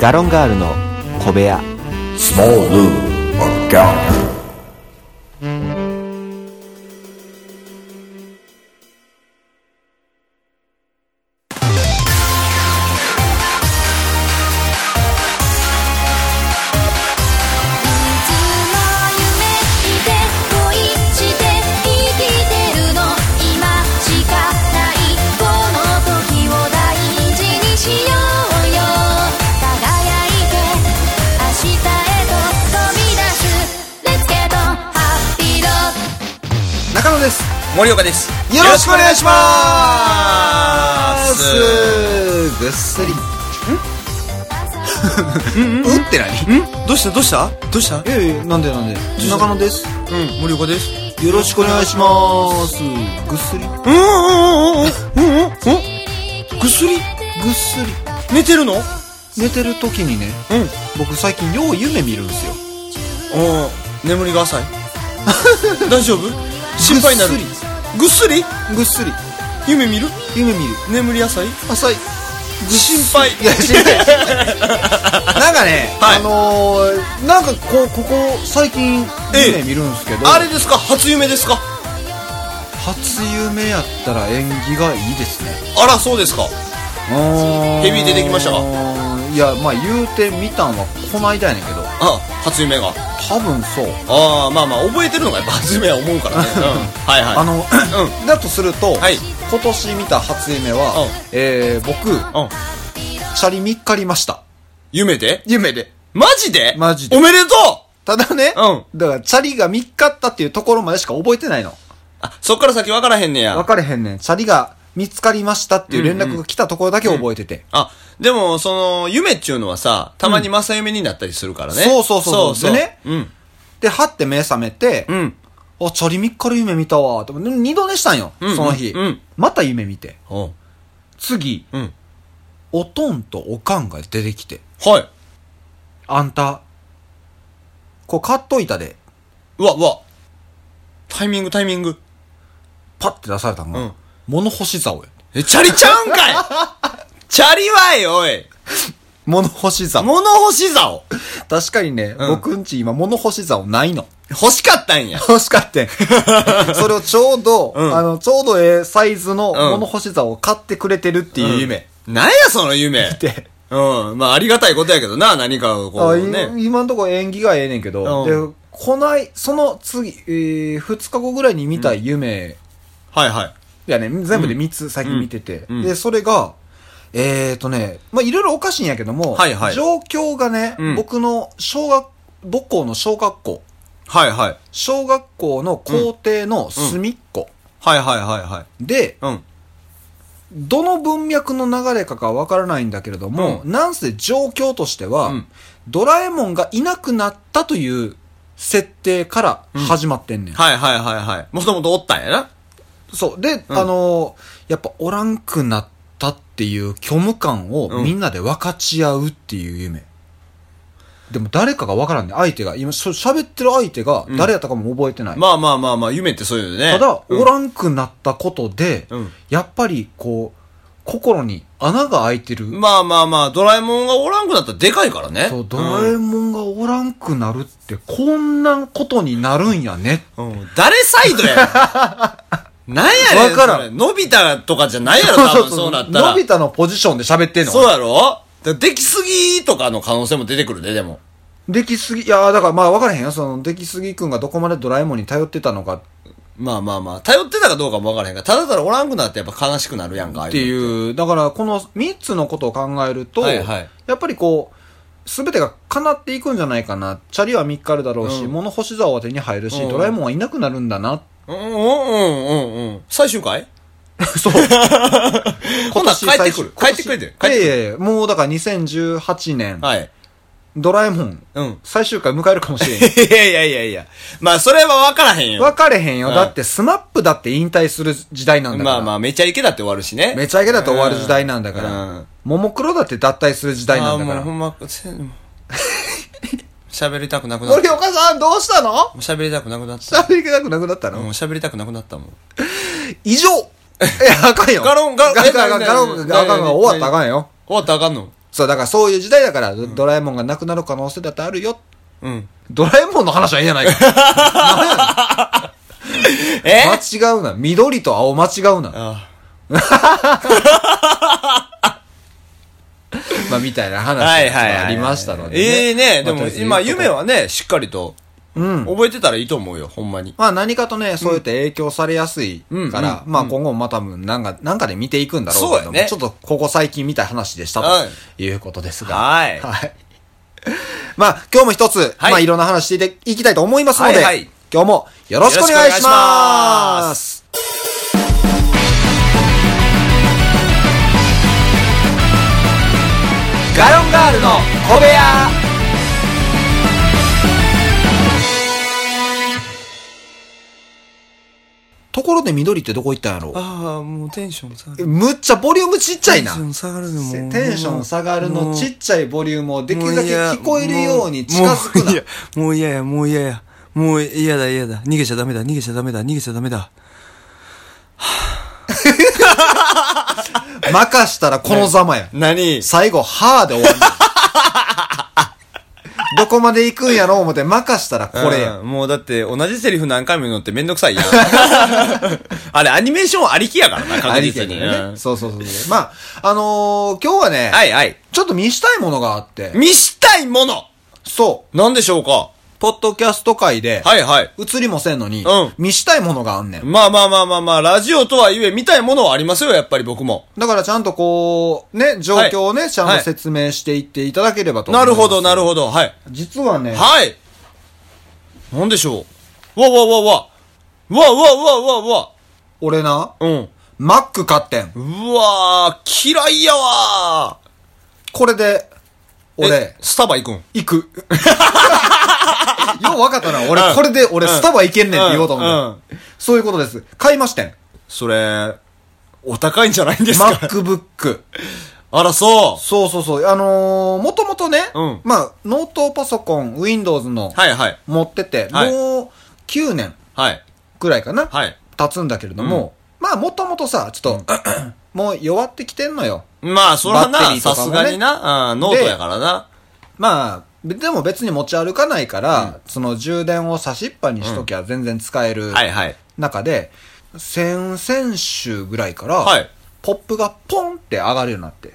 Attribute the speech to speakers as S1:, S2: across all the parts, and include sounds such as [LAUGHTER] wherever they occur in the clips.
S1: ガロンガールの小部屋
S2: Small Lou McGallagher.
S3: いつも夢見て恋して生きてるの今しかないこの時を大事にしようよ輝いて明日へと飛び出す Let's get on happy road
S4: 中野です
S5: 森岡です
S4: よろしくお願いします
S5: す
S4: ぐっすりん [LAUGHS] うって何
S5: どうしたどうしたどうした
S4: いやいやなんでなんで中野です
S5: うん森岡です
S4: よろしくお願いしますぐっすり
S5: うんうんうんうんうんうんぐっすり
S4: ぐっすり
S5: 寝てるのうん
S4: 寝てる時にね僕最近よう夢見るんですよ
S5: お眠りが
S4: [LAUGHS]
S5: 浅い大丈夫心配になるぐっすり
S4: ぐっすり
S5: 夢見る
S4: 夢見る
S5: 眠り浅い
S4: 浅い
S5: 心配
S4: いや知りたい [LAUGHS] なんかね、
S5: はい
S4: あのー、なんかこうここ最近
S5: ええ
S4: 夢見るんですけど、
S5: あれですか初夢ですか
S4: 初夢やったら縁起がいいですね
S5: あらそうですか
S4: ヘ
S5: ヘビー出てきましたか
S4: いやまあ言うて見たんはこないだやねんけど
S5: あ初夢が
S4: 多分そう
S5: ああまあまあ覚えてるのがやっぱ初夢は思うからね、うん、はいはい
S4: あの、
S5: う
S4: [CLEARS THROAT] だとすると、
S5: はい
S4: 今年見た初夢
S5: う
S4: は、
S5: ん
S4: えー、僕、
S5: うん
S4: シャリ3日りました
S5: 夢で
S4: 夢で
S5: マジで
S4: マジで
S5: おめでとう
S4: ただね、
S5: う
S4: だからチャリが3日ったっていうところまでしか覚えてないの
S5: あ、そっから先分からへんね
S4: 分
S5: や。
S4: かれへんねんチャリが見つかりましたっていう連絡が来たところだけ覚えてて、
S5: あ、でも、その、夢っちゅうのはさ、たまに正夢になったりするからね。
S4: そうそうそう
S5: そ
S4: そう
S5: う。
S4: でね
S5: うん。
S4: ではって目覚めて、
S5: うん。
S4: あチャリ3日り夢見たわでも2度寝したんよ、
S5: うんうん
S4: その日、
S5: うん
S4: また夢見て
S5: おう
S4: 次
S5: うん。
S4: おとんとおかんが出てきて、
S5: はい。
S4: あんた、こう買っといたで、
S5: うわ、うわ。タイミング、タイミング。
S4: パッて出されたのが、
S5: うん
S4: 物干し竿や。
S5: え、チャリちゃうん
S4: [LAUGHS]
S5: かいチャリはえ、おい。
S4: 物干し竿。
S5: 物干し竿。
S4: 確かにね、
S5: うん
S4: 僕んち今物干し竿ないの。 [LAUGHS]
S5: 欲しかったんや。
S4: 欲しかってん。 [LAUGHS] それをちょうど、
S5: うん
S4: あの、ちょうどええサイズの
S5: ん
S4: 物干し竿を買ってくれてるっていう夢。
S5: うん。なんや、その夢。
S4: で、
S5: うん。まあ、ありがたいことやけどな、何かをこ
S4: あ
S5: う
S4: い
S5: ね。
S4: 今んとこ縁起がええねんけど、
S5: うん
S4: で、こない、その次、えー、2日後ぐらいに見た夢
S5: はいはい。
S4: いやね、全部で3つ最近見てて。
S5: うんうん
S4: で、それが、えーとね、まあ、いろいろおかしいんやけども、
S5: はいはい
S4: 状況がね、
S5: うん
S4: 僕の小学、母校の小学校、
S5: はいはい。
S4: 小学校の校庭の隅っこ
S5: はいはいはいはい。
S4: で、
S5: うん。
S4: どの文脈の流れかがわからないんだけれども、
S5: う
S4: なんせ状況としては、
S5: うん
S4: ドラえもんがいなくなったという設定から始まってんねん。
S5: はいはいはいはい。もともとおったんやな。
S4: そう。で、
S5: うん
S4: あのーやっぱおらんくなったっていう虚無感を
S5: うん
S4: みんなで分かち合うっていう夢。でも誰かが分からんね。相手が。今、しょ喋ってる相手が
S5: うん
S4: 誰やったかも覚えてない。
S5: まあまあまあまあ、夢ってそういうのね。
S4: ただ、
S5: うん
S4: おらんくなったことで、
S5: うん
S4: やっぱりこう、心に穴が開いてる。
S5: まあまあまあ、ドラえもんがおらんくなったらでかいからね。
S4: そう、ドラえもんがおらんくなるって、こんなことになるんやね。
S5: うんうん誰サイドや
S4: [LAUGHS]
S5: ねんなんやねん。
S4: わからん
S5: それのび太とかじゃないやろ、 [LAUGHS] 多分そうなったら。
S4: [LAUGHS] のび太のポジションで喋ってんの
S5: そうやろだできすぎとかの可能性も出てくるで、でも。
S4: 出来すぎ、いやーだからまあ分からへんよ。その、出来すぎくんがどこまでドラえもんに頼ってたのか
S5: まあまあまあ、頼ってたかどうかもわからへんから、ただただおらんくなってやっぱ悲しくなるやんか、
S4: って
S5: う。
S4: いう、だからこの3つのことを考えると、
S5: はいはい
S4: やっぱりこう、すべてが叶っていくんじゃないかな。チャリは3日あるだろうし、
S5: うん
S4: 物干し竿は手に入るし、
S5: うん
S4: ドラえもんはいなくなるんだな。
S5: うんうんうんうんうん。最終回
S4: そう。
S5: ほ
S4: 今
S5: んなら帰ってくる。帰
S4: 最
S5: って
S4: 初
S5: くれてる。帰っ
S4: 今年
S5: てくる。
S4: いやいやいやもうだから2018年、
S5: はい。
S4: ドラえもん、
S5: うん。
S4: 最終回迎えるかもしれ
S5: [LAUGHS]
S4: ん。
S5: いやいやいやいや。まあ、それはわからへんよ。
S4: 分かれへんよ。
S5: うん
S4: だって、スマップだって引退する時代なんだから。
S5: まあまあ、めちゃイケだって終わるしね。
S4: めちゃイケだと終わる時代なんだか
S5: う
S4: ら
S5: ん。
S4: ももクロだって脱退する時代なんだか
S5: あーも
S4: ら。
S5: うほんま、 [LAUGHS] せ喋りたくなくなっ
S4: 俺、
S5: た。
S4: お母さん、どうしたの
S5: 喋りたくなくなった。
S4: 喋りたくなくなった
S5: う
S4: の、
S5: ん喋りたくなくなったもん。
S4: 以上いや、あかんよ。
S5: ガロンガロン
S4: ガロン、ガ
S5: え
S4: ロ
S5: な
S4: ン、ガ
S5: に
S4: ロン、ガロン、ガロン、
S5: なに
S4: 終わったらあかんよ。
S5: 終わったらあかんの
S4: そう、だからそういう時代だから、ドラえもんがなくなる可能性だってあるよ。
S5: うん。
S4: ドラえもんの話はいいやないか。
S5: [LAUGHS] え
S4: 間違うな。緑と青間違うな。
S5: あ
S4: まあ、みたいな話
S5: あはいはいはい。
S4: がありましたので、
S5: ええね、で
S4: ま
S5: も
S4: あ
S5: 今、夢。はね、しっかりと、
S4: とりあえずうん。
S5: 覚えてたらいいと思うよ、ほんまに。
S4: まあ何かとね、そうやって影響されやすいから、
S5: うん
S4: まあ今後もまた多分なんか、なんかで見ていくんだろうけど
S5: そう
S4: も、
S5: やね
S4: ちょっとここ最近見た話でした
S5: はい
S4: ということですが。
S5: はい
S4: はい。まあ、今日も一つ、
S5: はい
S4: まあ、いろんな話していきたいと思いますので、
S5: はいはい
S4: 今日もよろしくお願い
S5: よろしくお願いし
S4: しま。
S5: ます
S4: ガロンガールの小部屋ところで緑ってどこ行ったんやろ
S5: ああ、もうテンション下がる。
S4: むっちゃボリュームちっちゃいな。
S5: テンション下がるのもう
S4: テンション下がるのちっちゃいボリュームをできるだけ聞こえるように近づく
S5: もうい
S4: な
S5: や。もう嫌や、もう嫌や。もう嫌だ、嫌だ。逃げちゃダメだ、逃げちゃダメだ、逃げちゃダメだ。
S4: 任したらこのざまや。
S5: 何
S4: 最後、はーで終
S5: [LAUGHS]
S4: わる。どこまで行くんやろう思って任したらこれや。
S5: うんもうだって、同じセリフ何回も言うのってめんどく [LAUGHS] さいやん。あれ、アニメーションありきやからな、確実に。
S4: ありきやけど
S5: うん
S4: ね。そうそうそうそう。まあ、あのー今日はね、
S5: はいはい。
S4: ちょっと見したいものがあって、
S5: 見したいもの
S4: そう、
S5: なんでしょうか
S4: ポッドキャスト界で、
S5: はいはい。
S4: 映りもせんのに、
S5: うん
S4: 見したいものがあんねん。
S5: まあまあまあまあまあ、ラジオとはいえ見たいものはありますよ、やっぱり僕も。
S4: だからちゃんとこう、ね、状況をね、
S5: はい
S4: ちゃんと説明していっていただければと思い
S5: な
S4: ます。
S5: るほど、なるほど、はい。
S4: 実はね、
S5: はいなんでしょうわわわわわわわわわ
S4: 俺な、
S5: うん。
S4: マック買ってん。
S5: うわー、嫌いやわー
S4: これで、俺
S5: え、スタバ行くん
S4: 行く。 [LAUGHS] よう分かったな。俺、これで俺、
S5: うん
S4: スタバ行けんねんって言おうと思
S5: うんう
S4: うんた。そういうことです。買いましてん。
S5: それ、お高いんじゃないんですか
S4: MacBook。
S5: [LAUGHS] あら、そ
S4: そうそうそう。あのー、もともとね
S5: うん、
S4: まあ、ノートパソコン、Windows の
S5: う。はいはい。
S4: 持ってて、
S5: はい
S4: もう9年
S5: はい。
S4: くらいかな。
S5: はい。
S4: 経つんだけれども、まあ、もともとさ、ちょっと、もう弱ってきてんのよ。
S5: まあ、そら
S4: バッテ
S5: な、
S4: リーと
S5: さ
S4: か
S5: す
S4: もね
S5: がにな、うんノートやからな。
S4: まあ、でも別に持ち歩かないから、その充電を差しっぱにしときゃ全然使える
S5: はいはい。
S4: 中で、先々週ぐらいから、
S5: はい
S4: ポップがポンって上がるようになって。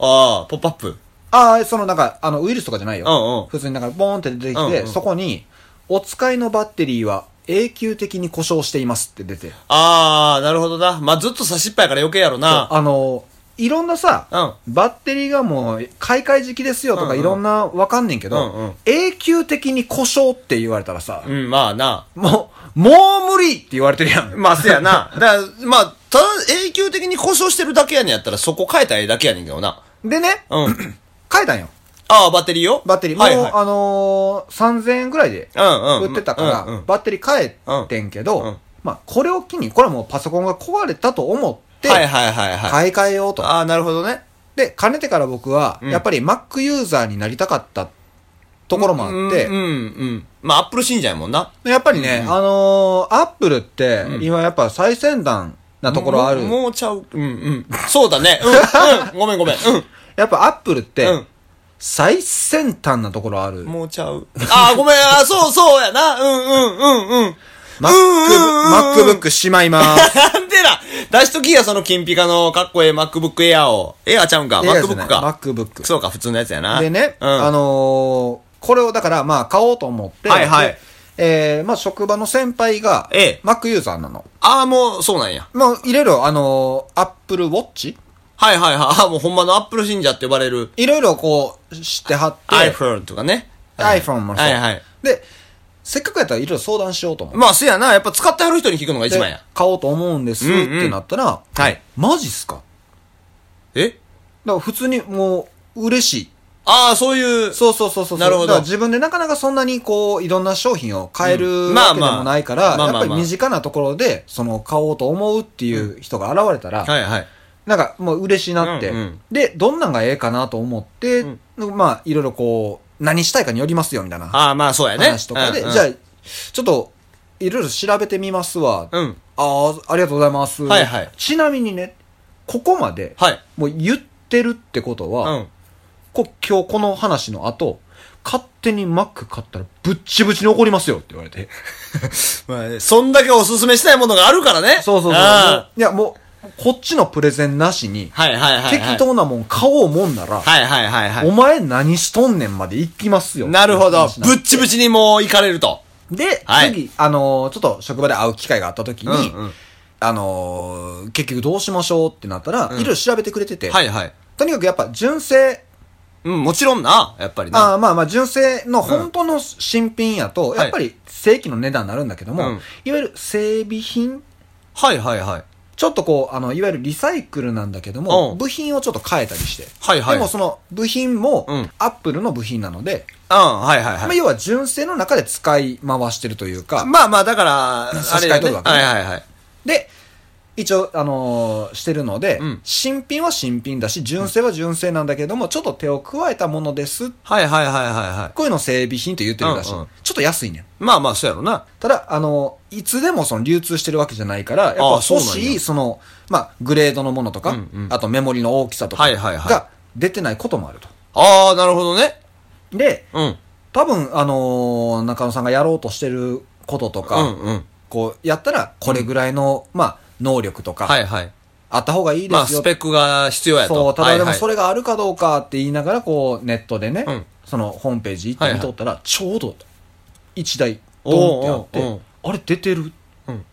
S5: ああ、ポップアップ。
S4: ああ、そのなんか、あの、ウイルスとかじゃないよ。
S5: うんうん
S4: 普通になんか、ボーンって出
S5: う
S4: てきて、
S5: んうん
S4: そこに、お使いのバッテリーは永久的に故障していますって出て。
S5: ああ、なるほどな。まあ、ずっと差しっぱやから余計やろな。
S4: あの、いろんなさ、バッテリーがもう買い替え時期ですよと
S5: うん
S4: か
S5: うん
S4: いろんなわかんねんけど、
S5: うんうん
S4: 永久的に故障って言われたらさ、
S5: うん、まあな。
S4: もう、もう無理って言われてるや
S5: [LAUGHS]
S4: ん。
S5: まあ、せやな。だから、まあ、ただ永久的に故障してるだけやねんやったら、そこ変えたらええだけやねんけどな。
S4: [LAUGHS] でね、
S5: うん。
S4: [CLEARS THROAT] 変えたんよ。
S5: ああ、バッテリーよ
S4: バッテリー。もう、
S5: はいはい。
S4: あのー、3000円ぐらいで
S5: うんうん。
S4: 売ってたから、
S5: うんうん
S4: バッテリー変えてんけど、
S5: うんうん
S4: まあ、これを機に、これはもうパソコンが壊れたと思って、
S5: はいはいはいはい。
S4: 買い替えようと。
S5: ああ、なるほどね。
S4: で、かねてから僕は、
S5: うん
S4: やっぱり Mac ユーザーになりたかったところもあって、
S5: うん、うん、うん。まあ、アップル信者やもんな。
S4: やっぱりね、
S5: うん
S4: あのー、アップルって、
S5: うん
S4: 今やっぱ最先端なところある。
S5: もうもうちゃう。うん、うん。そうだね。うん、うん。ごめんごめん。うん。
S4: やっぱアップルって、
S5: うん
S4: 最先端なところある。
S5: もうちゃう。ああ、ごめん。ああ、そうそうやな。うん、うん、うん、うん。
S4: マ
S5: うんうんうん
S4: ック、MacBook しまい [LAUGHS] ます。
S5: なんでだ出しときや、その金ピカのかっこええ MacBook Air を。Air ちゃうんか。
S4: いやいやじゃな
S5: MacBook
S4: い
S5: か。
S4: MacBook。
S5: そうか、普通のやつやな。
S4: でね、
S5: うん。
S4: あのー、これをだからまあ買おうと思って、
S5: はいはい
S4: でえー、まあ職場の先輩が、
S5: ええ
S4: Mac ユーザーなの。
S5: ああ、もう、そうなんや。
S4: まあ、いろいろ、あのー、Apple Watch?
S5: はいはいはい。ああ、もうほんまのアップル信者って呼ばれる
S4: いろいろこう、知ってはって、
S5: iPhone とかね。
S4: iPhone もそう。
S5: はいはい。
S4: で、せっかくやったらいろいろ相談しようと思って。
S5: まあ、せやな。やっぱ使ってはる人に聞くのが一番
S4: で
S5: や。
S4: 買おうと思うんですっ
S5: うんうん
S4: てなったら、
S5: はい。
S4: マジっすかだか
S5: え
S4: ら普通にもう、嬉しい。
S5: ああ、そういう。
S4: そうそうそうそう。
S5: なるほど
S4: だから自分でなかなかそんなにこう、いろんな商品を買え
S5: う
S4: る
S5: んまあ
S4: わけでもないから、
S5: まあまあまあ
S4: やっぱり身近なところで、その、買おうと思うっていう人が現れたら、
S5: はいはい。
S4: なんかもう嬉しいなって、
S5: うんうん
S4: で、どんなんがええかなと思って、まあ、いろいろこう、何したいかによりますよ、みたいな
S5: ああ、まあ、そうやね。
S4: 話とかで、
S5: うんうん
S4: じゃあ、ちょっと、いろいろ調べてみますわ。
S5: うん。
S4: ああ、ありがとうございます。
S5: はいはい
S4: ちなみにね、ここまで、
S5: はい。
S4: もう言ってるってことは、
S5: うん。
S4: こ今日この話の後、勝手にマック買ったらぶっちぶちに怒りますよって言われて。
S5: まあね、そんだけおすすめしたいものがあるからね。
S4: [LAUGHS] そうそうそう。
S5: あ
S4: いや、もう、こっちのプレゼンなしに、
S5: ーはいはいはい、はい。
S4: 適当なもん買おうもんなら、
S5: はいはいはいは
S4: お
S5: い。
S4: 前何しとんねんまで行きますよ。
S5: なるほど
S4: って話。なん
S5: ぶ
S4: で
S5: っちぶちにもう行かれると。
S4: で、
S5: はい
S4: 次、あのーちょっと職場で会う機会があった時に、
S5: うんうん
S4: あのー結局どうしましょうってなったら、いろいろ調べてくれてて、
S5: はいはい。
S4: とにかくやっぱ純正、
S5: うん、もちろんな、やっぱりな。
S4: あーまあまあ純正の本当の新品やと、
S5: ん
S4: やっぱり正規の値段になるんだけども、
S5: うん
S4: いわゆる整備品、
S5: はいはいはい。
S4: ちょっとこう、あの、いわゆるリサイクルなんだけども、
S5: うん
S4: 部品をちょっと変えたりして。
S5: はいはい
S4: でもその部品も、
S5: うん
S4: アップルの部品なので、
S5: うん、はいはい
S4: ま
S5: は
S4: あ
S5: い。
S4: 要は純正の中で使い回してるというか、
S5: まあまあ、だから、
S4: 差
S5: あ
S4: し
S5: れ
S4: 替
S5: だ
S4: えと
S5: ね。
S4: る
S5: は
S4: わ
S5: い
S4: け
S5: はいはい。
S4: で、一応、あのーしてるので、
S5: うん
S4: 新品は新品だし、純正は純正なんだけども、ちょっと手を加えたものです。
S5: はいはいはいはいは
S4: こういうのを整備品と言ってるらしい。
S5: うんうん
S4: ちょっと安いねん。
S5: い。まあまあ、そうやろな。
S4: ただ、あのーいつでもその流通してるわけじゃないから、やっぱ
S5: ああ
S4: 欲
S5: そうなんや
S4: しい、その、まあ、グレードのものとか、
S5: うんうん
S4: あとメモリの大きさとか
S5: はいはいはい
S4: が出てないこともあると。
S5: ああ、なるほどね。
S4: で、
S5: うん。
S4: 多分、あのー中野さんがやろうとしてることとか、
S5: うんうん。
S4: こう、やったら、これぐらいの、まあ、能力とか、
S5: はいはい。
S4: あった方がいいで
S5: まあ、
S4: すよ
S5: スペックが必要やと。
S4: そう、ただでもそ
S5: れ。
S4: れがあるかどうかって言いながら、こう、ネットでね、
S5: うん
S4: そのホームページ行って見とったら、ちょうど1台、ドンってあ
S5: お
S4: っ
S5: うおうお
S4: て
S5: う、
S4: あれ出てる
S5: うん。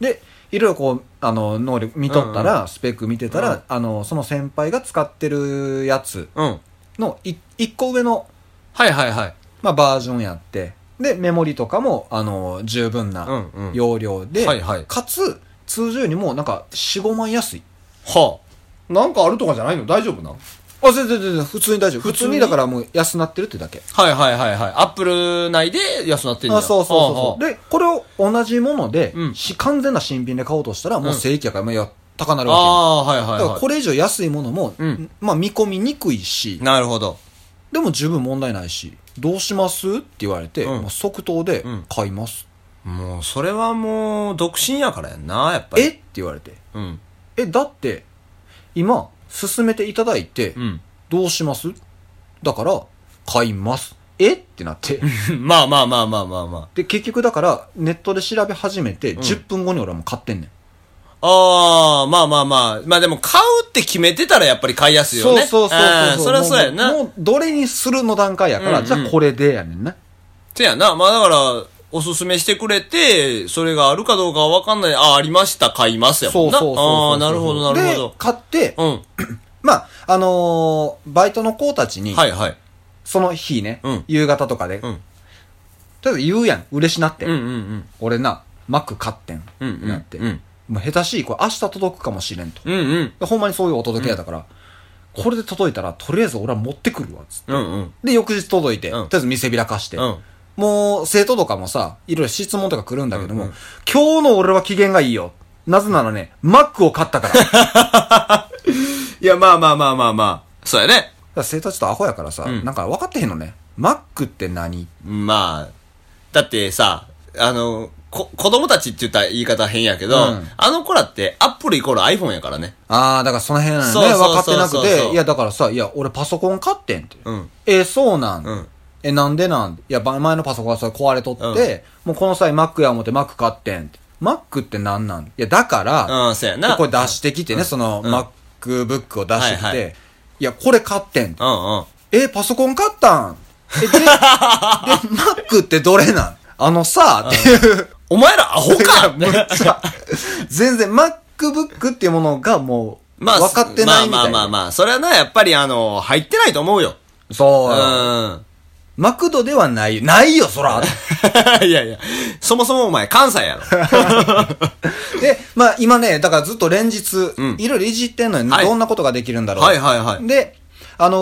S4: で、いろいろこう、あの、能力見とった
S5: う
S4: ら、スペック見てた
S5: うん
S4: ら、あの、その先輩が使ってるやつ
S5: うん。
S4: のい1個上の、
S5: はいはいはい。
S4: まあ、バージョンやって、で、メモリとかも、あの、十分
S5: う
S4: なん
S5: うん
S4: 容量で
S5: はいはい、
S4: かつ、通常よりもなんか4、5万安い。
S5: はあ。なんかあるとかじゃないの大丈夫なの
S4: あ、全然全然、普通に大丈夫。普
S5: 普通
S4: 通
S5: に
S4: にだからもう安なってるってだけ。
S5: はいはいはいはい。アップル内で安なってんだ
S4: あそうそうそうそう。
S5: う。
S4: で、これを同じもので、
S5: うん
S4: し完全な新品で買おうとしたら、もう正規やから、まあいや、高なるわ
S5: ああー、はいは
S4: けよ。
S5: い
S4: だから
S5: は
S4: これ以上安いものも、
S5: うん
S4: まあ見込みにくいし
S5: い。、なるほど。
S4: でも十分問題ないし、どうしますって言われて、
S5: うん
S4: まあ即答で
S5: ん
S4: 買います。
S5: もう、それはもう、独身やからやんな、やっぱり。
S4: えって言われて。
S5: うん。 [LAUGHS]
S4: え、だって、今、進めていただいて
S5: う、ん。
S4: どうしますだから、買います。えってなって。
S5: まあまあまあまあまあま
S4: で、結局だから、ネットで調べ始めて、10分後に俺はもう買ってんねん。
S5: あ。ああ、まあまあまあ。まあでも、買うって決めてたらやっぱり買いやすいよね。
S4: そうそうそう
S5: あ
S4: そ
S5: ー
S4: う。
S5: そりゃそうやんな
S4: も。う、もうどれにするの段階やか
S5: うん
S4: ら、
S5: うん
S4: じゃあこれでやねんな。
S5: てやな。まあだから、おすすめしてくれて、それがあるかどうかはわかんない。ああ、ありました、買いますやもんな。ああ、なるほど、なるほ
S4: で
S5: ど、。
S4: 買って、
S5: うん。
S4: まあ、あのーバイトの子たちに、
S5: はいはい。
S4: その日ね、
S5: うん
S4: 夕方とかで、
S5: ん
S4: とりあえず言うやん、嬉しなって。
S5: うんうんうん。
S4: 俺な、マック買ってん、
S5: うんうん
S4: なって。
S5: うん
S4: もう下手しい、これ明日届くかもしれんと。
S5: うんうん。
S4: ほんまにそういうお届けやだから、これで届いたら、とりあえず俺は持ってくるわ、つって。
S5: うんうん。
S4: で、翌日届いて、
S5: うん
S4: とりあえず見せびらかして、
S5: うん
S4: もう生徒とかもさ、いろいろ質問とか来るんだけども、今日の俺は機嫌がいいよ。なぜならね、マックを買った
S5: [LAUGHS]
S4: から。だか
S5: いや、まあまあまあまあまあ。そうやね。
S4: ら生徒はちょっとアホやからさ、
S5: ん
S4: なんか分かってへんのね。マックって何
S5: まあ、だってさ、あの、こ、子供たちって言ったら言い方変やけど、
S4: うん
S5: あの子らってアップルイコール iPhone やからね。
S4: あー、だからその辺なの
S5: そう
S4: ね、
S5: そうそう
S4: 分かってなく
S5: そうそうそ
S4: て、
S5: う
S4: いやだからさ、いや俺パソコン買ってんって。
S5: うん
S4: えーそうなん、
S5: うん
S4: え、なんでなんいや、ば前のパソコンがそれ壊れとって、
S5: うん
S4: もうこの際マックや思ってマック買ってんって。マックって何なんいや、だから、
S5: うん、そうやな。
S4: これ出してきてね、その、
S5: うん
S4: MacBook を出してきて、
S5: はい
S4: い
S5: はい
S4: や、これ買ってん。
S5: うんうん。
S4: え、パソコン買ったんえ、
S5: [LAUGHS]
S4: で、で、Mac ってどれなんあのさ、っていう。
S5: お前らアホか
S4: [LAUGHS] めっちゃ、全然 MacBook っていうものがもう、分かってないみた
S5: ま
S4: いな。
S5: あまあまあまあ、それはな、やっぱりあの、入ってないと思うよ。う
S4: そう、
S5: ん。
S4: マクドではない。ないよ、そら。
S5: [LAUGHS] いやいや、そもそもお前関西やろ。
S4: [LAUGHS] で、まあ今ね、だからずっと連日
S5: うん、
S4: いろいろいじってんのに、
S5: はい
S4: どんなことができるんだろう。
S5: はいはいはい
S4: で、あのー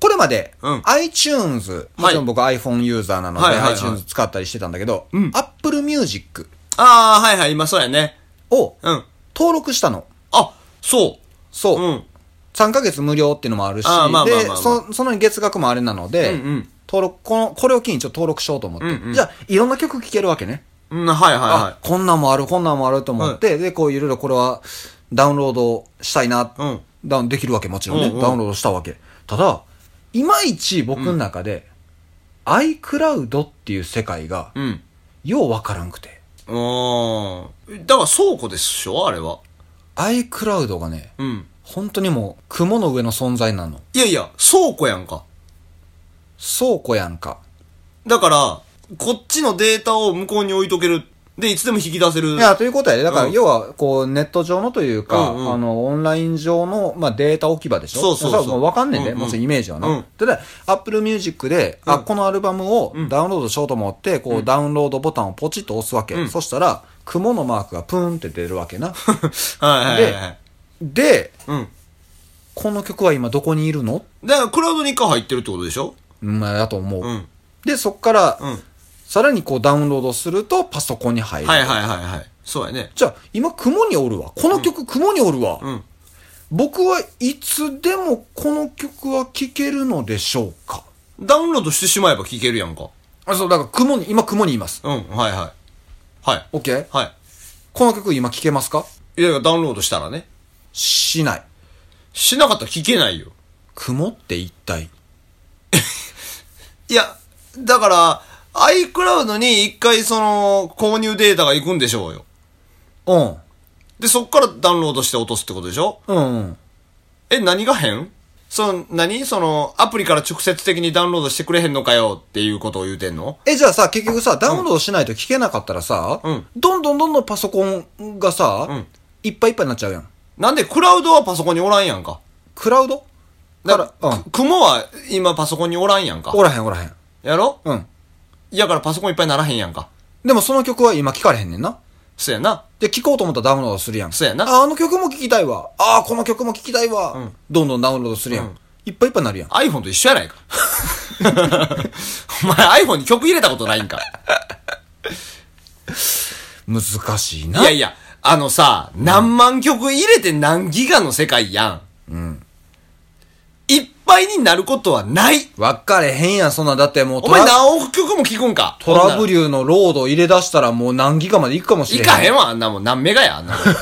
S4: これまで、
S5: うん
S4: iTunes、もちろん僕 iPhone ユーザーなので、
S5: はいはいはい
S4: iTunes 使ったりしてたんだけど、Apple Music
S5: ああ、はいはい、今そうやね。
S4: を
S5: うん。
S4: 登録したの。
S5: あ、そう。
S4: そう。
S5: うん
S4: 3ヶ月無料っていうのもあるし、
S5: あーまあまあまあ
S4: で
S5: まあ
S4: そ、その月額もあれなの
S5: う
S4: で、
S5: んうん
S4: 登録、この、これを機にちょっと登録しようと思って、じゃあ、いろんな曲聴けるわけね。
S5: うん、はいはい
S4: あ、
S5: は
S4: こんなんもある、こんなんもあると思って、で、こういろいろこれはダウンロードしたいな、
S5: うん
S4: ダウンできるわけもちろんね、
S5: うんうん
S4: ダウンロードしたわけ。ただ、いまいち僕の中で、iCloud っていう世界が、
S5: うん。
S4: ようわからんくて。
S5: うーん。だから倉庫でしょあれは。
S4: iCloud がね、
S5: うん。
S4: 本当にもう、雲の上の存在なの。
S5: いやいや、倉庫やんか。
S4: 倉庫やんか。
S5: だから、こっちのデータを向こうに置いとける。で、いつでも引き出せる。
S4: いや、ということやね。だから、
S5: うん
S4: 要は、こう、ネット上のというか、
S5: うんうん
S4: あの、オンライン上の、まあ、データ置き場でしょ
S5: そうそうそう
S4: だからもわかんねえんで、
S5: うんうん
S4: もうそのイメージはな。
S5: うん
S4: ただ、Apple Music で、
S5: う
S4: あ、
S5: ん
S4: このアルバムを
S5: ん
S4: ダウンロードしようと思って、こう、ダウンロードボタンをポチッと押すわけ。
S5: うん
S4: そしたら、雲のマークがプーンって出るわけな。
S5: はいはいはいはい。
S4: で、
S5: うん。
S4: この曲は今どこにいるの
S5: だから、クラウドに一回入ってるってことでしょ
S4: うん、まあだと思う。
S5: うん。うん。
S4: で、そっから、
S5: はい
S4: さらにこう、ダウンロードすると、パソコンに入る。
S5: はいはいはい。そうやね。
S4: じゃあ、今、雲におるわ。この曲、雲におるわ。
S5: うん。
S4: 僕はいつでもこの曲は聴けるのでしょうか
S5: ダウンロードしてしまえば聞けるやんか。
S4: あ、そう、だから雲に、今雲にいます。
S5: うん。はいはい。はい。
S4: OK?
S5: は
S4: この曲今聴けますか
S5: い。いや、ダウンロードしたらね。
S4: しない。
S5: しなかったら聞けないよ。
S4: 雲って一体
S5: いや、だから、iCloud に一回その、購入データが行くんでしょうよ。
S4: うん。
S5: で、そっからダウンロードして落とすってことでしょ
S4: うん、うん。
S5: え、何が変その、何その、アプリから直接的にダウンロードしてくれへんのかよっていうことを言うてんの
S4: え、じゃあさ、結局さ、ダウンロードしないと聴けなかったらさ、
S5: うん
S4: どんどんどんどんパソコンがさ、
S5: うん
S4: いっぱいいっぱいになっちゃうやん。
S5: なんでクラウドはパソコンにおらんやんか。
S4: クラウド
S5: だ
S4: だ
S5: か
S4: から、
S5: ら、
S4: うん。
S5: く雲は今パソコンにおらんやんか。
S4: おらへんおらへん。
S5: やろ
S4: うん。
S5: やからパソコンいっぱいならへんやんか。
S4: でもその曲は今聴かれへんねんな。
S5: そやな。
S4: で、聴こうと思ったらダウンロードするやん。
S5: そうやな
S4: あ、あの曲も聴きたいわ。ああ、この曲も聴きたいわ、
S5: ん
S4: どんどんダウンロードするやん。
S5: うん
S4: いっぱいいっぱいになるやん。
S5: iPhone と一緒やないか。 [LAUGHS] お前 iPhone に曲入れたことないんか。
S4: 難しい
S5: い
S4: な。
S5: やいや、あのさ、何万曲入れて何ギガの世界やん。うん。いっぱいになることはない。
S4: 分かれへんやん、そんなん。だってもう
S5: お
S4: ト
S5: 前
S4: ラ、
S5: 何億曲も聞くんか。
S4: トラブ
S5: ル。
S4: リューのロード入れ出したらもう何ギガまでいくかもし
S5: 行
S4: れへん。
S5: かへんわ、あんなもん。何メガや、あんなもん。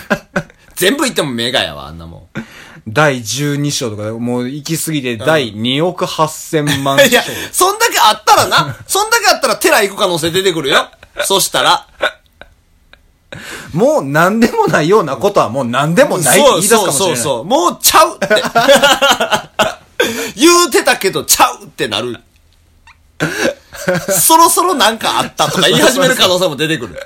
S5: [LAUGHS] 全部行ってもメガやわ、あんな
S4: [LAUGHS]
S5: もん。
S4: 第12章とかで、もう行き過ぎて第2億8000万
S5: [LAUGHS]
S4: 章。
S5: いや、そんだけあったらな。そんだけあったらテラ行く可能性出てくるよ。そしたら。
S4: もう何でもないようなことはもう何でもないって言い出すかもしれ
S5: そ
S4: な
S5: うそう
S4: い。
S5: そう。もうちゃうって。 [LAUGHS] 言うてたけど、ちゃうってなる。そろそろなんかあった
S4: [LAUGHS]
S5: とか言い始める可能性も出てくる。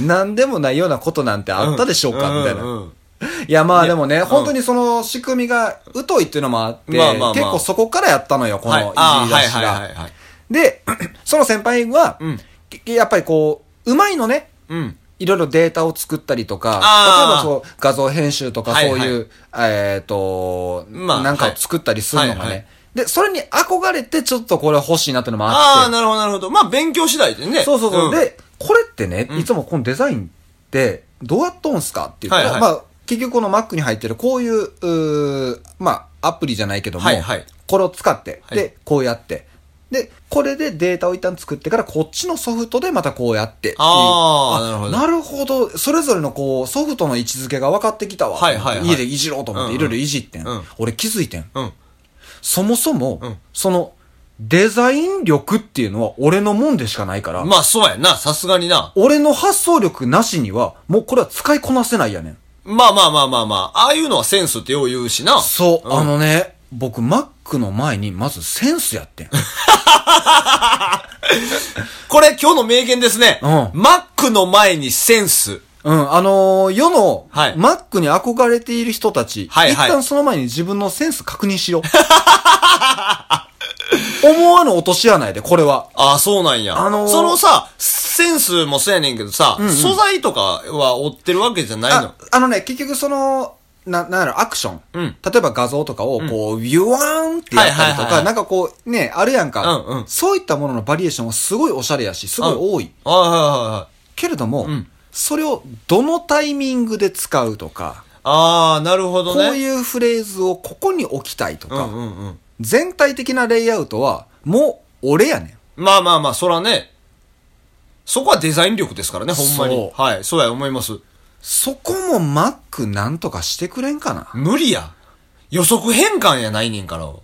S4: 何でもないようなことなんてあったでしょうか、みたいな。
S5: うんうん
S4: いや、まあでも
S5: う
S4: ね、
S5: ん
S4: 本当にその仕組みが疎いっていうのもあって、
S5: まあまあまあ
S4: 結構そこからやったのよ、この
S5: はい
S4: いじり
S5: あー
S4: 出
S5: はい
S4: し
S5: はいはい
S4: が。
S5: はい。
S4: で、 [CLEARS THROAT] その先輩は、
S5: うん
S4: きやっぱりこう、うまいのね。
S5: うん。
S4: いろいろデータを作ったりとか、例えば
S5: あー
S4: そう画像編集とか
S5: はい
S4: そう
S5: はい
S4: いう、えっと、
S5: まあ
S4: なんかを作ったりするの
S5: は
S4: が
S5: いはいはい
S4: ね。で、それに憧れてちょっとこれ欲しいなってのも
S5: あ
S4: あ
S5: あ、
S4: っ
S5: なるほどなるほど。まあ勉強次第でね。
S4: て。そうそうそう。
S5: ん、
S4: で、これってね、いつもこのデザインってどうやっとんすかっていう
S5: はいは
S4: か、
S5: い
S4: まあ結局この Mac に入ってるこういう、うーまあアプリじゃないけども
S5: はいはい、
S4: これを使って、
S5: はい
S4: で、こうやって。で、これでデータを一旦作ってから、こっちのソフトでまたこうやってっていう。
S5: あーなるほど
S4: なるほど。それぞれのこう、ソフトの位置づけが分かってきたわ。
S5: はいはいはい
S4: 家でいじろうと思っ
S5: うんう
S4: て、
S5: ん
S4: いろいろいじってん。
S5: うん
S4: 俺気づいてん。
S5: うん。
S4: そもそも、
S5: うん
S4: その、デザイン力っていうのは俺のもんでしかないから、
S5: まあそうやな、さすがにな。
S4: 俺の発想力なしには、もうこれは使いこなせないやねん。
S5: まあまあまあまあまあ、ああいうのはセンスってよう言うしな。
S4: そう、
S5: ん
S4: あのね、僕、Mac の前に、まずセンスやってん。
S5: これ今日の名言ですね。
S4: うん
S5: マックの前にセンス。
S4: [LAUGHS] うん、あのー世の、
S5: はい
S4: マックに憧れている人たち、
S5: はいはい
S4: 一旦その前に自分のセンス確認
S5: [LAUGHS]
S4: しよう。思わぬ落とし穴やで、これは。
S5: ああ、そうなんや。
S4: あのー
S5: そのさ、センスもそうやねんけどさ、素材とかは追ってるわけじゃないの
S4: あ。あのね、結局その、な、なんやろ、アクション。
S5: うん
S4: 例えば画像とかを、こう、ビュワーンってやっ
S5: は
S4: たりと
S5: いはいはいは
S4: か、
S5: い
S4: なんかこう、ね、あるやんか、
S5: うんうん
S4: そういったもののバリエーションはすごいおしゃれやし、すごい多い。
S5: ああ、はいはいはい。
S4: けれども、
S5: ん
S4: それをどのタイミングで使うとか、
S5: ああ、なるほど
S4: こ
S5: ね。
S4: ういうフレーズをここに置きたいと
S5: う
S4: か、
S5: んうんうん。
S4: 全体的なレイアウトは、もう、俺やねん。
S5: まあまあまあ、そらね。そこはデザイン力ですからね、ほんまに
S4: そ。う
S5: はい、そうや思います。
S4: そこも Mac なんとかしてくれんかな
S5: 無理や。予測変換やないねん
S4: [LAUGHS]
S5: から。こ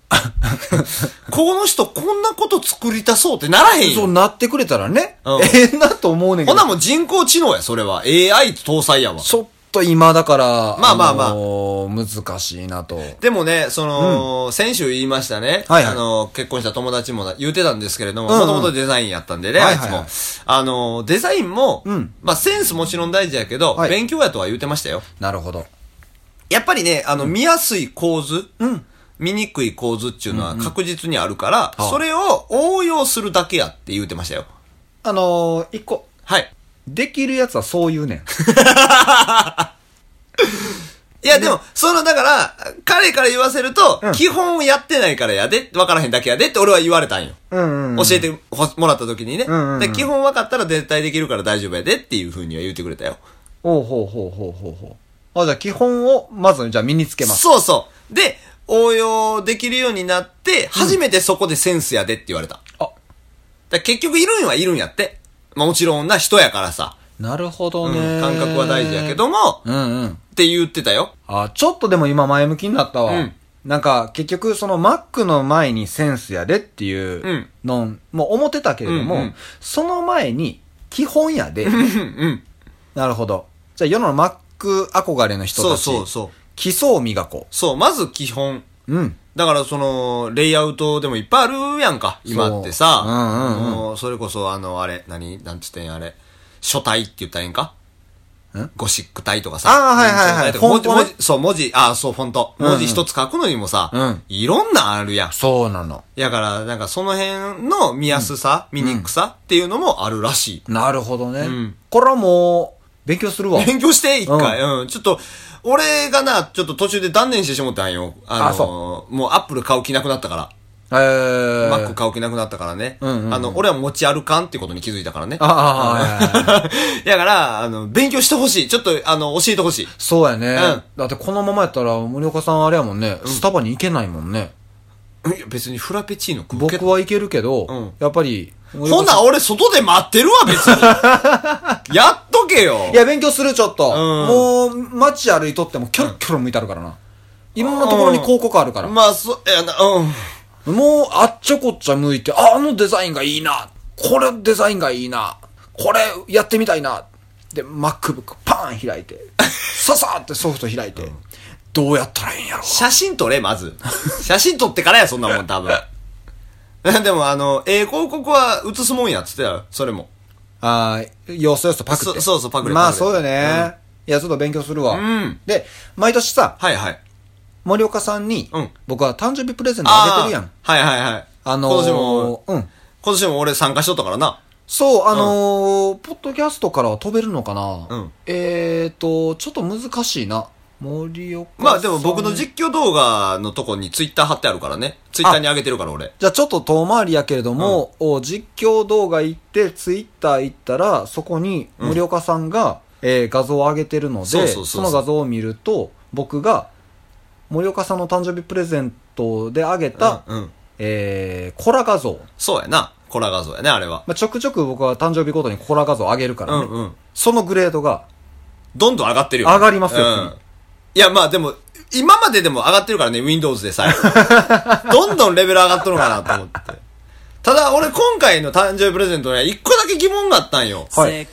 S5: の人こんなこと作りたそうってならへん
S4: そう
S5: よ。
S4: なってくれたらね、
S5: うん
S4: ええなと思うねんけ
S5: ほ
S4: ど。
S5: なもう人工知能や、それは。AI 搭載やわ。
S4: ちょっと今だから、
S5: まあまあまあ
S4: のー難しいなと。
S5: でもね、その、先週言いましたね。
S4: はいはい
S5: あの、結婚した友達もな言うてたんですけれども、
S4: うんうん
S5: もともとデザインやったんでね、
S4: は
S5: あ
S4: い
S5: い
S4: は
S5: つ
S4: いはい
S5: も。あの、デザインも、
S4: うん
S5: まあセンスもちろん大事やけど、
S4: はい
S5: 勉強やとは言うてましたよ。
S4: なるほど。
S5: やっぱりね、あの、見やすい構図、見にくい構図っていうのは確実にあるから、
S4: ああ
S5: それを応用するだけやって言うてましたよ。
S4: あのー、一個。
S5: はい。
S4: できるやつはそう言うねん。
S5: いや、でも、その、だから、彼から言わせると、
S4: うん
S5: 基本をやってないからやで、わからへんだけやでって俺は言われたんよ。
S4: うんうんうん
S5: 教えてほもらった時にね、
S4: うんうんうん
S5: で。基本分かったら絶対できるから大丈夫やでっていう風には言ってくれたよ。
S4: ほうほうほうほうほうほう。あ、じゃあ基本を、まず、じゃあ身につけます。
S5: そうそう。で、応用できるようになって、初めてそこでセンスやでって言われた。
S4: あ、
S5: だから結局いるんはいるんやって。まあもちろんな人やからさ。
S4: なるほど
S5: うん
S4: ね、
S5: 感覚は大事やけ。ども、っ
S4: うんうん。
S5: て言ってたよ。
S4: あ、ちょっとでも今前向きになったわ。
S5: うん
S4: なんか、結局、その Mac の前にセンスやでっていうのん、もう思ってたけれども、
S5: うんうん
S4: その前に基本やで。
S5: うんうん。
S4: なるほど。じゃあ世の Mac 憧れの人
S5: そ
S4: た
S5: う
S4: ち。
S5: そうそう。
S4: 基礎を磨こ
S5: そう、まず基本。
S4: う。うん。
S5: だからその、レイアウトでもいっぱいあるやんか、今ってさ。
S4: そううんうんうん
S5: もうそれこそあの、あれ、何なんつってんやあれ。書体って言ったらええんか
S4: ん
S5: ゴシック体とかさ。
S4: あーはいはいはい
S5: 文字とか文字
S4: フォン
S5: 文
S4: トね
S5: 字そう、文字、ああ、そう、フォント。
S4: んうん
S5: 文字一つ書くのにもさ、
S4: うん
S5: いろんなんあるやん。
S4: そうなの。
S5: やから、なんかその辺の見やすさ、見にくさっていうのもあるらしい。
S4: なるほどね。
S5: ん
S4: これはもう、勉強するわ。
S5: 勉強して、一回。うん。ちょっと、俺がな、ちょっと途中で断念してしもったんよ。あ
S4: あ
S5: の
S4: そ
S5: ー、もうアップル買う気なくなったから。
S4: えー。
S5: マック買う気なくなったからね。
S4: うんうんうん
S5: あの、俺は持ち歩かんってことに気づいたからね。
S4: ああ、はいはいは
S5: [LAUGHS]
S4: い
S5: だから、あの、勉強してほしい。ちょっと、あの、教えてほしい。
S4: そうやね、
S5: ん
S4: だってこのままやったら、森岡さんあれやもんね、スタバに行けないもんね。
S5: いや別にフラペチーノ食うけ
S4: 僕
S5: ど。
S4: は行けるけど、
S5: うん
S4: やっぱり、
S5: ほな、俺外で待ってるわ、別に。
S4: [LAUGHS]
S5: やっとけよ。
S4: いや、勉強する、ちょっと。
S5: う
S4: もう、街歩いとっても、キョロキョロ向いてあるからな。いろんなところに広告あるから。
S5: まあ、そ、いやな、うん。
S4: もう、あっちょこっちょ向いて、あ、あのデザインがいいな。これデザインがいいな。これやってみたいな。で、MacBook パーン開い [LAUGHS] て、ささーってソフト開いて、どうやったらいいんやろ。
S5: 写真撮れ、ま
S4: [LAUGHS]
S5: ず。写真撮ってからや、そんなもん、多分。 [LAUGHS] でも、あの、ええ広告は映すもんや、つってたよ、それも。
S4: ああ、要素要素パクって。
S5: そそうそうパクれ
S4: ま
S5: パ
S4: あ
S5: クれ
S4: そうよね。いや、ちょっと勉強するわ。
S5: うん
S4: で、毎年さ、
S5: はいはい。
S4: 森岡さんに
S5: うん、
S4: 僕は誕生日プレゼントあげてるやん。
S5: あーはいはいはい。
S4: あのー
S5: 今年も、
S4: うん。
S5: 今年も俺参加しとったからな。
S4: そう、あのーポッドキャストからは飛べるのかな、
S5: うん
S4: えーと、ちょっと難しいな。森岡さん。
S5: まあでも僕の実況動画のとこにツイッター貼ってあるからね。ツイッターに上げてるから俺。
S4: じゃあちょっと遠回りやけれども、お実況動画行って、ツイッター行ったら、そこに森岡さんが、えー画像を上げてるので
S5: そうそうそうそう
S4: の画像を見ると、僕が森岡さんの誕生日プレゼントで上げた、
S5: うんうん。
S4: えーコラ画像。
S5: そうやな。コラ画像やね、あれは。
S4: まあ、ちょくちょく僕は誕生日ごとにコラ画像上げるからね。
S5: うんうん
S4: そのグレードが、
S5: どんどん上がってるよ。
S4: 上がります
S5: う
S4: よ
S5: ん。いやまあでも、今まででも上がってるからね、Windows でさえ。
S4: [LAUGHS]
S5: どんどんレベル上がっとるのかなと思って。ただ俺今回の誕生日プレゼントね、一個だけ疑問があったんよ。
S4: はい。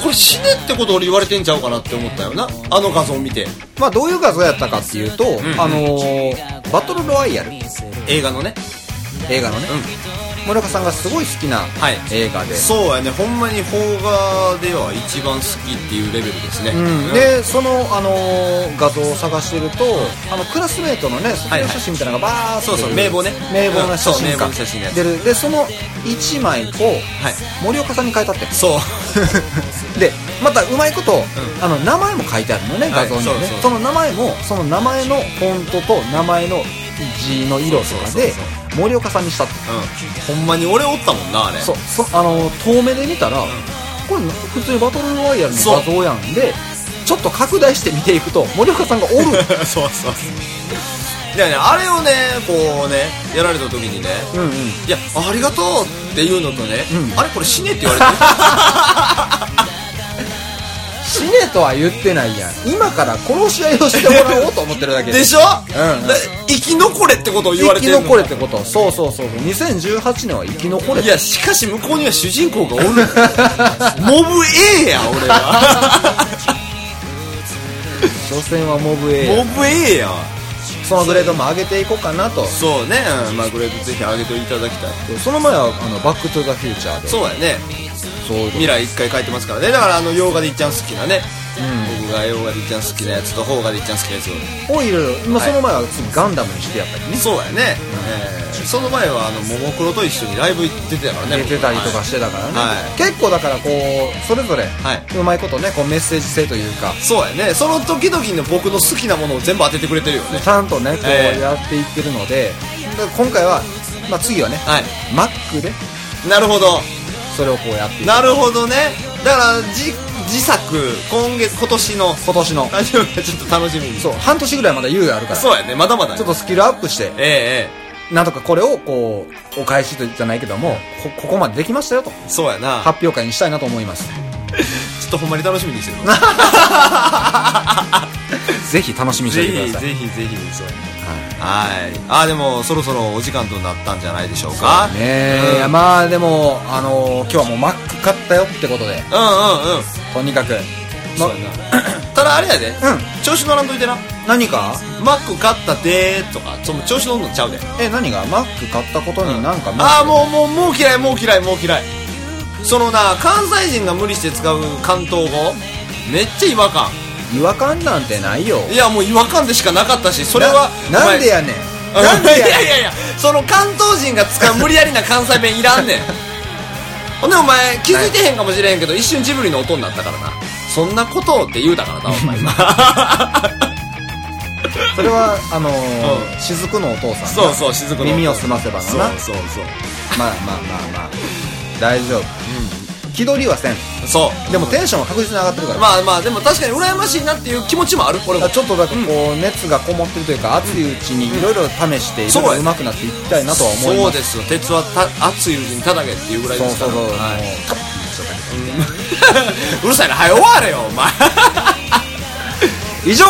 S5: これ死ねってこと俺言われてんちゃうかなって思ったよな。あの画像見て。
S4: まあどういう画像やったかっていうと、あのーバトルロワイヤル
S5: 映画のね。
S4: 映画のね、森岡さんがすごい好きな
S5: はい
S4: 映画で、
S5: そうやね、ほんまに邦画では一番好きっていうレベルですね。
S4: うん、でその、あのー画像を探してるとあのクラスメートのね卒業写真みたいなのがバーッと
S5: そうそう名簿ね
S4: 名簿の写真
S5: うんそう名簿の写真のやつ
S4: 出るでその1枚を
S5: はい
S4: 森岡さんに変えたって
S5: そう。
S4: でまたうまいこと、あの名前も書いてあるのね画像には
S5: はい
S4: ね、
S5: そうそう
S4: その名前もその名前のフォントと名前の字の色とか
S5: そうそう
S4: で
S5: そ
S4: 森岡さんにしたって
S5: うん。ほんまに俺おったもんな、あれ。
S4: そうそあの遠目で見たら、これ普通にバトルロワイヤルの画像やんでちょっと拡大して見ていくと森岡さんがおる
S5: [LAUGHS] そうそうそう。でね、あれをね、こうね、やられた時にね、
S4: うんうん
S5: いや、ありがとうっていうのとね、
S4: う
S5: あれこれ死ねって言われてる。
S4: 死ねとは言ってないやん今から殺し合いをしてもらおうと思ってる [LAUGHS] だけ
S5: でしょ、
S4: うんうん
S5: だ生き残れってことを言わ
S4: 生
S5: れ
S4: き
S5: てる
S4: 残れってことそうそうそう2018年は生き残れ
S5: いやしかし向こうには主人公がおる [LAUGHS] モブ A や俺
S4: [LAUGHS]
S5: は
S4: 所詮はモブ A
S5: モブ A や
S4: そのグレードも上げていこうかなと
S5: そうね、うん、まあグレードぜひ上げていただきたい
S4: その前はあのバック・トゥ・ザ・フューチャーで
S5: そうやね
S4: そういうこと
S5: 未来一回書いてますからねだからあの洋画でいっちゃん好きなね、僕が洋画でいっちゃん好きなやつと邦画でいっちゃん好きなやつを
S4: おいろいろ今
S5: はい
S4: その前は次ガンダムにしてやったりね
S5: そうやね、えーその前はあのももクロと一緒にライブ出てたからね
S4: 出てたりと
S5: 僕は
S4: かしてたからね、
S5: はい
S4: 結構だからこうそれぞれ
S5: はいう
S4: まいことねこうメッセージ性というか
S5: そうやねその時々の僕の好きなものを全部当ててくれてるよね
S4: ちゃんとねこう
S5: ええ
S4: やっていってるので、だから今回は、まあ、次はね、
S5: はい
S4: マックで
S5: なるほど
S4: それをこうやっていく
S5: なるほどねだからじ自作今月今年 [LAUGHS] の
S4: 今年の
S5: ラジオがちょっと楽しみに
S4: そう半年ぐらいまだ猶予あるから
S5: そうやねまだまだね
S4: ちょっとスキルアップして
S5: ええ
S4: なんとかこれをこうお返しとじゃないけどもこここまでできましたよと
S5: ええそうやな
S4: 発表会にしたいなと思います
S5: ちょっとほんまに楽しみにしてる
S4: ぜひ楽しみにしていてください
S5: ぜひぜひそうはいあーでもそろそろお時間となったんじゃないでしょうか
S4: ねえ、
S5: うん
S4: まあでも、あのー今日はもうマック買ったよって
S5: うん
S4: ことで
S5: うんうん
S4: とにかく、
S5: そ
S4: ま
S5: うやなただあれやで、
S4: ん
S5: 調子乗らんといてな
S4: 何か
S5: マック買ったでーとかその調子乗んのちゃうで
S4: え何がマック買ったことになんか
S5: ああもうもうもう嫌いもう嫌いもう嫌いそのな関西人が無理して使う関東語めっちゃ違和感
S4: う違和感なんてないよ
S5: いやもう違和感でしかなかったしそれは
S4: な
S5: [LAUGHS] お
S4: な
S5: 前
S4: んでやねん
S5: あ
S4: なんで
S5: い
S4: や
S5: やいやいやその関東人が使う無理やりな関西弁いらんねん [LAUGHS] ほんでお前気づいてへんかもしれへんけど、一瞬ジブリの音になったからなそんなことをって言うたからなお [LAUGHS] 前今
S4: それはあのー
S5: う
S4: 雫のお父さん
S5: そうそう雫の音
S4: 耳を澄ませばの
S5: そう
S4: な
S5: そうそう
S4: まあまあまあまあ大丈夫、気取りはせん
S5: そ
S4: でもテンションは確実に上がってるか
S5: う
S4: ら、
S5: まあまあでも確かに羨ましいなっていう気持ちもある俺も
S4: ちょっとだからこう、熱がこもってるというか熱いうちにいろいろ試してい
S5: そう
S4: ろ
S5: や
S4: いろ上手くなっていきたいなとは思い
S5: そう
S4: ます
S5: ですよ鉄はた熱いうちに叩けっていうぐらい
S4: そ
S5: で
S4: う
S5: すか
S4: そう
S5: ら
S4: そう、
S5: はい
S4: もうカッて言っちゃったけど
S5: [LAUGHS] うるさいな、早終われよ、お前。 [LAUGHS] 以上、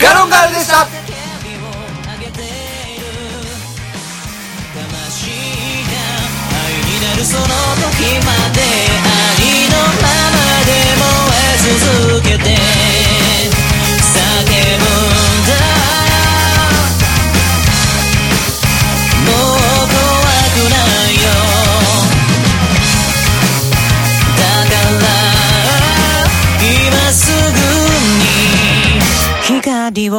S5: ガロンガールでした。
S6: になるその時まで愛のままで燃え続けて叫ぶんだもう怖くないよだから今すぐに光を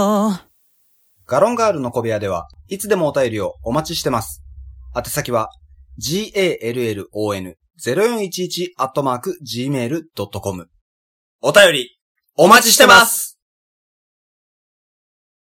S1: ガロンガールの小部屋では、いつでもお便りをお待ちしてます。宛先は、gallon0411-gmail.com。
S5: お便り、お待ちしてます。